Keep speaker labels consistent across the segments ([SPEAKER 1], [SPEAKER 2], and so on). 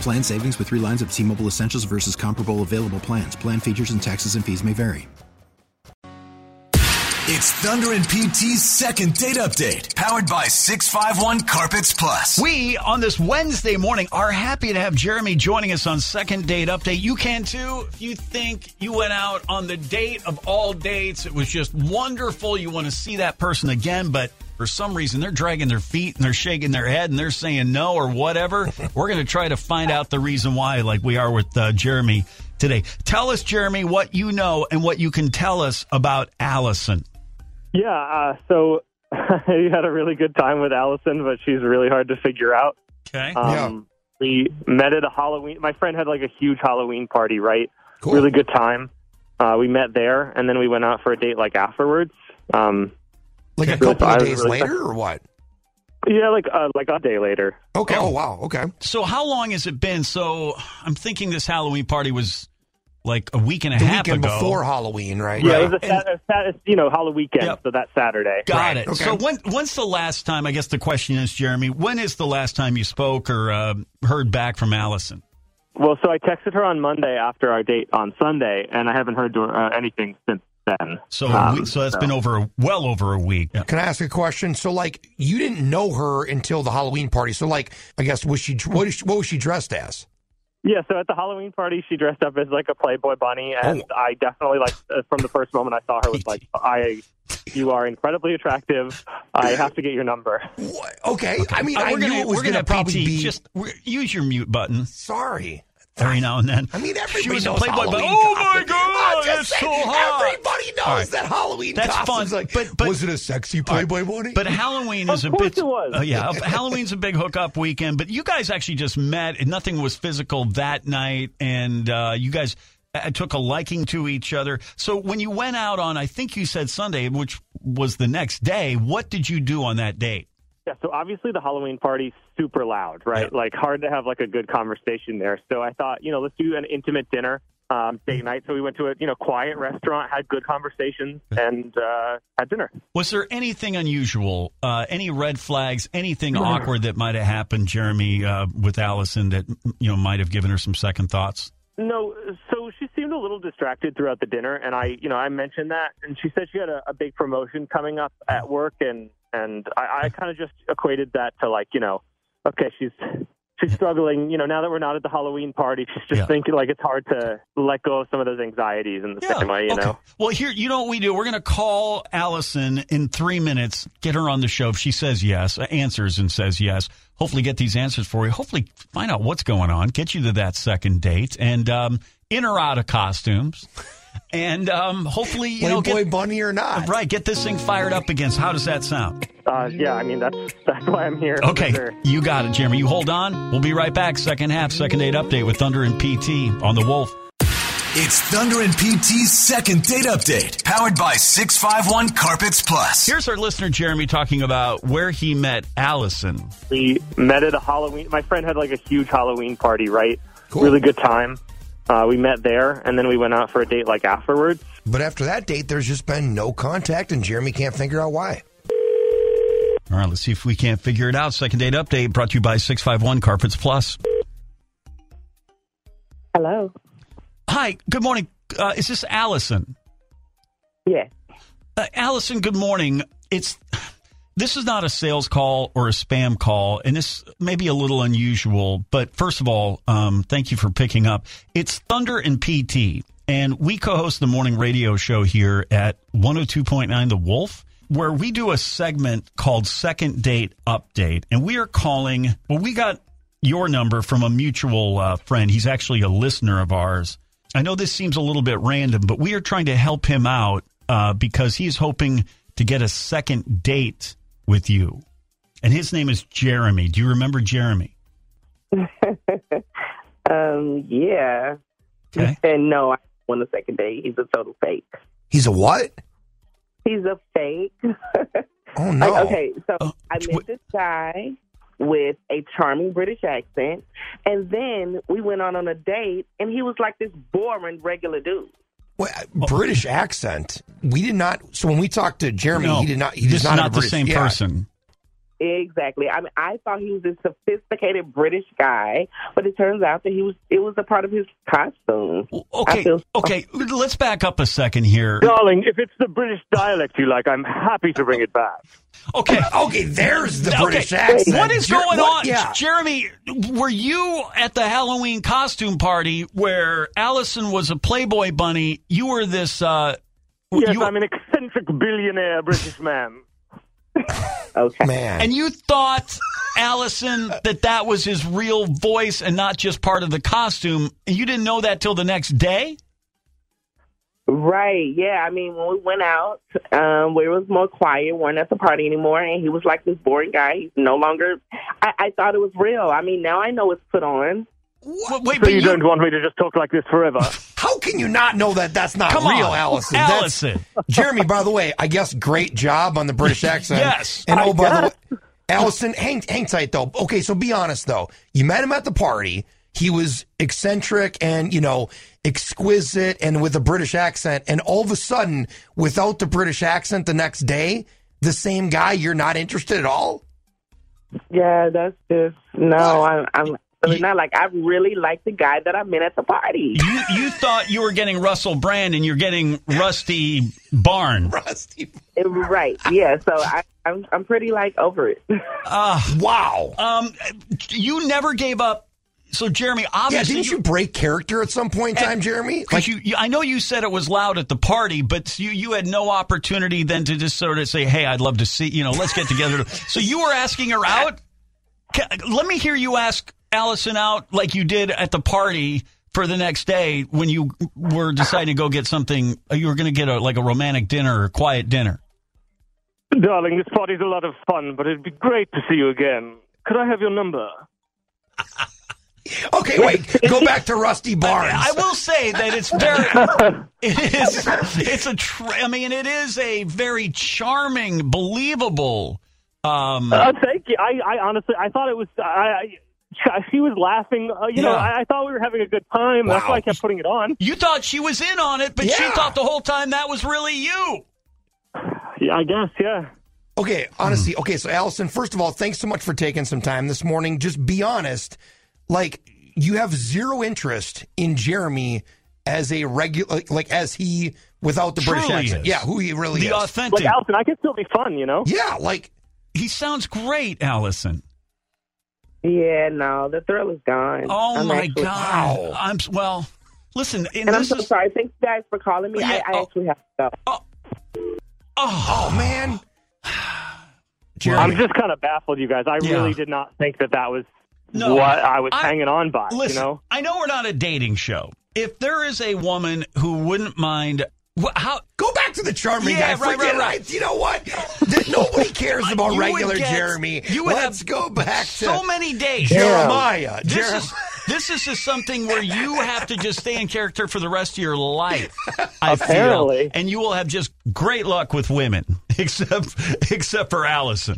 [SPEAKER 1] Plan savings with three lines of T Mobile Essentials versus comparable available plans. Plan features and taxes and fees may vary.
[SPEAKER 2] It's Thunder and PT's second date update, powered by 651 Carpets Plus.
[SPEAKER 3] We, on this Wednesday morning, are happy to have Jeremy joining us on Second Date Update. You can too if you think you went out on the date of all dates. It was just wonderful. You want to see that person again, but for some reason they're dragging their feet and they're shaking their head and they're saying no or whatever. We're going to try to find out the reason why, like we are with uh, Jeremy today. Tell us, Jeremy, what you know and what you can tell us about Allison.
[SPEAKER 4] Yeah, uh, so I had a really good time with Allison, but she's really hard to figure out.
[SPEAKER 3] Okay.
[SPEAKER 4] Um, We met at a Halloween. My friend had like a huge Halloween party, right? Really good time. Uh, we met there, and then we went out for a date like afterwards. Um,
[SPEAKER 5] Like a
[SPEAKER 4] Really
[SPEAKER 5] couple of
[SPEAKER 4] tired,
[SPEAKER 5] days
[SPEAKER 4] really
[SPEAKER 5] later or what?
[SPEAKER 4] yeah, like uh, like a day later.
[SPEAKER 5] Okay. Oh, wow. Okay.
[SPEAKER 3] So how long has it been? So I'm thinking this Halloween party was like a week and a
[SPEAKER 5] The
[SPEAKER 3] half
[SPEAKER 5] weekend
[SPEAKER 3] ago.
[SPEAKER 5] before Halloween, right?
[SPEAKER 4] Yeah, it
[SPEAKER 3] Right.
[SPEAKER 4] was a sat- a sat- you know Halloween weekend,
[SPEAKER 3] Yep.
[SPEAKER 4] so that Saturday.
[SPEAKER 3] Got
[SPEAKER 5] Right,
[SPEAKER 3] it.
[SPEAKER 5] okay.
[SPEAKER 3] So when when's the last time? I guess the question is, Jeremy, when is the last time you spoke or uh, heard back from Allison?
[SPEAKER 4] Well, so I texted her on Monday after our date on Sunday, and I haven't heard to her, uh, anything since then.
[SPEAKER 3] So
[SPEAKER 4] Um,
[SPEAKER 3] we, so that's been over a- well over a week.
[SPEAKER 5] Can I ask a question? So, like, you didn't know her until the Halloween party. So, like, I guess was she what, is she, what was she dressed as?
[SPEAKER 4] Yeah, so at the Halloween party, she dressed up as like a Playboy bunny, and I definitely like uh, from the first moment I saw her was like, I, you are incredibly attractive. I have to get your number.
[SPEAKER 5] What? Okay. I mean,
[SPEAKER 3] Uh,
[SPEAKER 5] I
[SPEAKER 3] we're gonna,
[SPEAKER 5] knew it was
[SPEAKER 3] we're
[SPEAKER 5] going to probably
[SPEAKER 3] PT,
[SPEAKER 5] be.
[SPEAKER 3] just we're, use your mute button
[SPEAKER 5] sorry.
[SPEAKER 3] every now and then.
[SPEAKER 5] I mean, everybody
[SPEAKER 3] she was
[SPEAKER 5] knows
[SPEAKER 3] a Playboy, but
[SPEAKER 5] Halloween
[SPEAKER 3] oh my
[SPEAKER 5] costume. I'm
[SPEAKER 3] god,
[SPEAKER 5] just
[SPEAKER 3] it's so
[SPEAKER 5] saying,
[SPEAKER 3] hot.
[SPEAKER 5] Everybody knows
[SPEAKER 3] All right.
[SPEAKER 5] that Halloween
[SPEAKER 3] That's
[SPEAKER 5] costume's
[SPEAKER 3] fun,
[SPEAKER 5] like,
[SPEAKER 3] but- but-
[SPEAKER 5] was it a sexy Playboy bunny?
[SPEAKER 3] But Halloween
[SPEAKER 4] Of
[SPEAKER 3] is a
[SPEAKER 4] course
[SPEAKER 3] bit.
[SPEAKER 4] it was.
[SPEAKER 3] Uh, yeah, Halloween's a big hookup weekend. But you guys actually just met. and Nothing was physical that night, and uh, you guys uh, took a liking to each other. So when you went out on, I think you said Sunday, which was the next day. What did you do on that date?
[SPEAKER 4] Yeah, so obviously the Halloween party super loud, right? Like hard to have like a good conversation there. So I thought, you know, let's do an intimate dinner um, date night. So we went to a you know quiet restaurant, had good conversations, and uh, had dinner.
[SPEAKER 3] Was there anything unusual? Uh, any red flags? Anything awkward that might have happened, Jeremy, uh, with Allison that you know might have given her some second thoughts?
[SPEAKER 4] No, so she seemed a little distracted throughout the dinner, and I, you know, I mentioned that, and she said she had a, a big promotion coming up
[SPEAKER 3] Hmm.
[SPEAKER 4] at work, and and I, I kind of just equated that to like, you know, okay, she's she's struggling, you know, now that we're not at the Halloween party, she's just
[SPEAKER 3] Yeah.
[SPEAKER 4] thinking like it's hard to let go of some of those anxieties in the same way, you
[SPEAKER 3] okay.
[SPEAKER 4] know.
[SPEAKER 3] Well, here, you know what we do? We're going to call Allison in three minutes, get her on the show. If she says yes, uh, answers and says yes, hopefully get these answers for you. Hopefully find out what's going on, get you to that second date, and um, in or out of costumes. And um, hopefully, you know,
[SPEAKER 5] Playboy
[SPEAKER 3] get,
[SPEAKER 5] bunny or not?
[SPEAKER 3] right, get this thing fired up against. How does that sound?
[SPEAKER 4] Uh, yeah, I mean that's that's why I'm here. for
[SPEAKER 3] Okay,
[SPEAKER 4] sure.
[SPEAKER 3] you got it, Jeremy. You hold on. We'll be right back. Second half, second date update with Thunder and PT on the Wolf.
[SPEAKER 2] It's Thunder and PT's second date update, powered by 651 Carpets Plus.
[SPEAKER 3] Here's our listener, Jeremy, talking about where he met Allison.
[SPEAKER 4] We met at a Halloween. My friend had like a huge Halloween party, right?
[SPEAKER 5] Cool.
[SPEAKER 4] Really good time. Uh, we met there, and then we went out for a date like afterwards.
[SPEAKER 5] But after that date, there's just been no contact, and Jeremy can't figure out why.
[SPEAKER 3] All right, let's see if we can't figure it out. Second date update brought to you by 651 Carpets Plus.
[SPEAKER 6] Hello.
[SPEAKER 3] Hi, good morning. Uh, is this Allison?
[SPEAKER 6] Yes.
[SPEAKER 3] Uh, Allison, good morning. It's This is not a sales call or a spam call, and this may be a little unusual, but first of all, um, thank you for picking up. It's Thunder and PT, and we co host the morning radio show here at 102.9 The Wolf, where we do a segment called Second Date Update, and we are calling, well, we got your number from a mutual uh, friend. He's actually a listener of ours. I know this seems a little bit random, but we are trying to help him out uh, because he's hoping to get a second date with you. And his name is Jeremy. Do you remember Jeremy?
[SPEAKER 7] Um, yeah.
[SPEAKER 3] Okay.
[SPEAKER 7] And no, I want a second date. He's a total fake.
[SPEAKER 5] He's a what?
[SPEAKER 7] He's a fake.
[SPEAKER 5] Oh no.
[SPEAKER 7] Like, okay, so
[SPEAKER 3] Oh,
[SPEAKER 7] I
[SPEAKER 3] tw-
[SPEAKER 7] met this guy with a charming British accent, and then we went on on a date, and he was like this boring regular dude.
[SPEAKER 5] What, British accent. We did not. So when we talked to Jeremy,
[SPEAKER 3] No,
[SPEAKER 5] he did not. He
[SPEAKER 3] this
[SPEAKER 5] does
[SPEAKER 3] is
[SPEAKER 5] not have
[SPEAKER 3] not
[SPEAKER 5] a
[SPEAKER 3] the
[SPEAKER 5] British-
[SPEAKER 3] same
[SPEAKER 5] yeah.
[SPEAKER 3] person.
[SPEAKER 7] Exactly. I mean, I thought he was this sophisticated British guy, but it turns out that he was. It was a part of his costume. I
[SPEAKER 3] Okay,
[SPEAKER 7] feel-
[SPEAKER 3] okay. Let's back up a second here.
[SPEAKER 4] Darling, if it's the British dialect you like, I'm happy to bring it back.
[SPEAKER 3] Okay.
[SPEAKER 5] Okay, there's the
[SPEAKER 3] Okay.
[SPEAKER 5] British accent.
[SPEAKER 3] What is
[SPEAKER 5] Jer-
[SPEAKER 3] going
[SPEAKER 5] what-
[SPEAKER 3] on?
[SPEAKER 5] Yeah.
[SPEAKER 3] Jeremy, were you at the Halloween costume party where Allison was a Playboy bunny? You were this. Uh,
[SPEAKER 4] Yes,
[SPEAKER 3] you,
[SPEAKER 4] I'm an eccentric billionaire British man.
[SPEAKER 7] Okay.
[SPEAKER 5] Man.
[SPEAKER 3] and you thought, Allison, that that was his real voice and not just part of the costume. And you didn't know that till the next day?
[SPEAKER 7] Right. Yeah. I mean, when we went out, um, where it was more quiet, weren't at the party anymore, and he was like this boring guy. He's no longer. I, I thought it was real. I mean, now I know it's put on.
[SPEAKER 3] Wait, wait,
[SPEAKER 4] So you don't want me to just talk like this forever?
[SPEAKER 5] How can you not know that that's not
[SPEAKER 3] Come
[SPEAKER 5] real,
[SPEAKER 3] on,
[SPEAKER 5] Allison?
[SPEAKER 3] Allison.
[SPEAKER 5] That's, Jeremy, by the way, I guess great job on the British accent.
[SPEAKER 3] Yes.
[SPEAKER 5] And oh, by the way, Allison, hang, hang tight, though. Okay, so be honest, though. You met him at the party. He was eccentric and, you know, exquisite and with a British accent. And all of a sudden, without the British accent the next day, the same guy, you're not interested at all?
[SPEAKER 7] Yeah, that's just no. I'm. I'm really not like I really like the guy that I met at the party.
[SPEAKER 3] you, you thought you were getting Russell Brand and you're getting Rusty Barn.
[SPEAKER 5] Rusty.
[SPEAKER 7] right. Yeah. So I, I'm. I'm pretty like over it.
[SPEAKER 5] Wow.
[SPEAKER 3] Um, you never gave up. So, Jeremy,
[SPEAKER 5] yeah,
[SPEAKER 3] obviously.
[SPEAKER 5] didn't you break character at some point in time, Jeremy?
[SPEAKER 3] Because you, you, I know you said it was loud at the party, but you, you had no opportunity then to just sort of say, "Hey, I'd love to see you know, let's get together." so you were asking her out. Ca let me hear you ask Allison out like you did at the party for the next day when you were deciding to go get something. You were going to get a like a romantic dinner or a quiet dinner.
[SPEAKER 4] Darling, this party's a lot of fun, but it'd be great to see you again. Could I have your number?
[SPEAKER 5] Okay, wait. Go back to Rusty Barnes.
[SPEAKER 3] I will say that it's very, it is, it's a, tr- I mean, it is a very charming, believable. Um,
[SPEAKER 4] Uh, thank you. I, I honestly, I thought it was. I, I she was laughing. Uh, you know,
[SPEAKER 3] Yeah.
[SPEAKER 4] I, I thought we were having a good time. That's
[SPEAKER 5] Wow.
[SPEAKER 4] why I kept putting it on.
[SPEAKER 3] You thought she was in on it, but she
[SPEAKER 5] Yeah.
[SPEAKER 3] thought the whole time that was really you.
[SPEAKER 4] Yeah, I guess. Yeah.
[SPEAKER 5] Okay, honestly, okay, so Allison, first of all, thanks so much for taking some time this morning. Just be honest. Like, you have zero interest in Jeremy as a regular, like, as he without the British
[SPEAKER 3] Truly
[SPEAKER 5] accent.
[SPEAKER 3] is.
[SPEAKER 5] Yeah, who he really
[SPEAKER 3] The
[SPEAKER 5] is.
[SPEAKER 4] Like
[SPEAKER 3] authentic.
[SPEAKER 4] Allison, I could still be fun. You know.
[SPEAKER 5] yeah, like,
[SPEAKER 3] he sounds great, Allison.
[SPEAKER 7] yeah. No. The thrill is gone.
[SPEAKER 3] Oh
[SPEAKER 7] I'm
[SPEAKER 3] my
[SPEAKER 7] actually-
[SPEAKER 3] god.
[SPEAKER 5] Wow.
[SPEAKER 3] I'm s- well. Listen, and,
[SPEAKER 7] And I'm
[SPEAKER 3] this
[SPEAKER 7] so
[SPEAKER 3] is
[SPEAKER 7] sorry. Thanks, guys, for calling me.
[SPEAKER 3] Yeah,
[SPEAKER 7] I, I
[SPEAKER 3] oh.
[SPEAKER 7] actually have to go.
[SPEAKER 3] oh,
[SPEAKER 5] oh, man.
[SPEAKER 4] I'm
[SPEAKER 5] Jeremy,
[SPEAKER 4] just kind of baffled, you guys. I
[SPEAKER 3] Yeah.
[SPEAKER 4] really did not think that that was
[SPEAKER 3] No.
[SPEAKER 4] what I was
[SPEAKER 3] I-
[SPEAKER 4] hanging on by.
[SPEAKER 3] listen.
[SPEAKER 4] you know.
[SPEAKER 3] I know we're not a dating show. If there is a woman who wouldn't mind wh- how
[SPEAKER 5] go back to the charming
[SPEAKER 3] Yeah,
[SPEAKER 5] guy.
[SPEAKER 3] right,
[SPEAKER 5] Forget
[SPEAKER 3] right, right.
[SPEAKER 5] it. You know what? Th- Nobody cares about
[SPEAKER 3] You would
[SPEAKER 5] regular
[SPEAKER 3] get-
[SPEAKER 5] Jeremy.
[SPEAKER 3] you would
[SPEAKER 5] Let's
[SPEAKER 3] have
[SPEAKER 5] go back to
[SPEAKER 3] so many days
[SPEAKER 5] Jeremiah.
[SPEAKER 3] This
[SPEAKER 5] Jeremiah.
[SPEAKER 3] is this is just something where you have to just stay in character for the rest of your life. I feel,
[SPEAKER 4] Apparently.
[SPEAKER 3] and you will have just great luck with women, except except for Allison.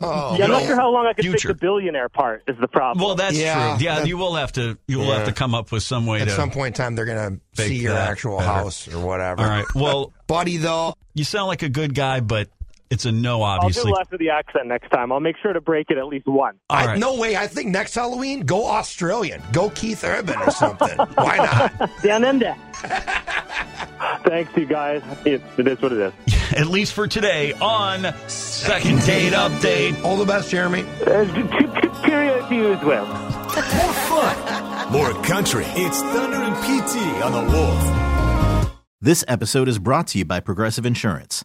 [SPEAKER 5] Oh,
[SPEAKER 4] Yeah, I'm not
[SPEAKER 5] man.
[SPEAKER 4] sure how long I could
[SPEAKER 3] Future.
[SPEAKER 4] take the billionaire part is the problem.
[SPEAKER 3] Well, that's
[SPEAKER 5] Yeah,
[SPEAKER 3] true. Yeah,
[SPEAKER 5] that-
[SPEAKER 3] you will have to you will have to come up with some way
[SPEAKER 5] At
[SPEAKER 3] to.
[SPEAKER 5] some point in time, they're going to see
[SPEAKER 3] Fake
[SPEAKER 5] your
[SPEAKER 3] that
[SPEAKER 5] actual
[SPEAKER 3] better.
[SPEAKER 5] house or whatever.
[SPEAKER 3] all right. Well,
[SPEAKER 5] Buddy, though.
[SPEAKER 3] you sound like a good guy, but it's a no.
[SPEAKER 4] I'll
[SPEAKER 3] Obviously,
[SPEAKER 4] do less of the accent next time. I'll make sure to break it at least once.
[SPEAKER 5] I,
[SPEAKER 3] right.
[SPEAKER 5] No way. I think next Halloween, go Australian. Go Keith Urban or something. Why not?
[SPEAKER 4] Down under. Thanks, you guys. It's, it is what it is.
[SPEAKER 3] at least for today, on Second Date Update.
[SPEAKER 5] All the best, Jeremy.
[SPEAKER 4] Uh, cheerio to you as well.
[SPEAKER 2] More fun, more country. It's Thunder and PT on the Wolf.
[SPEAKER 8] This episode is brought to you by Progressive Insurance.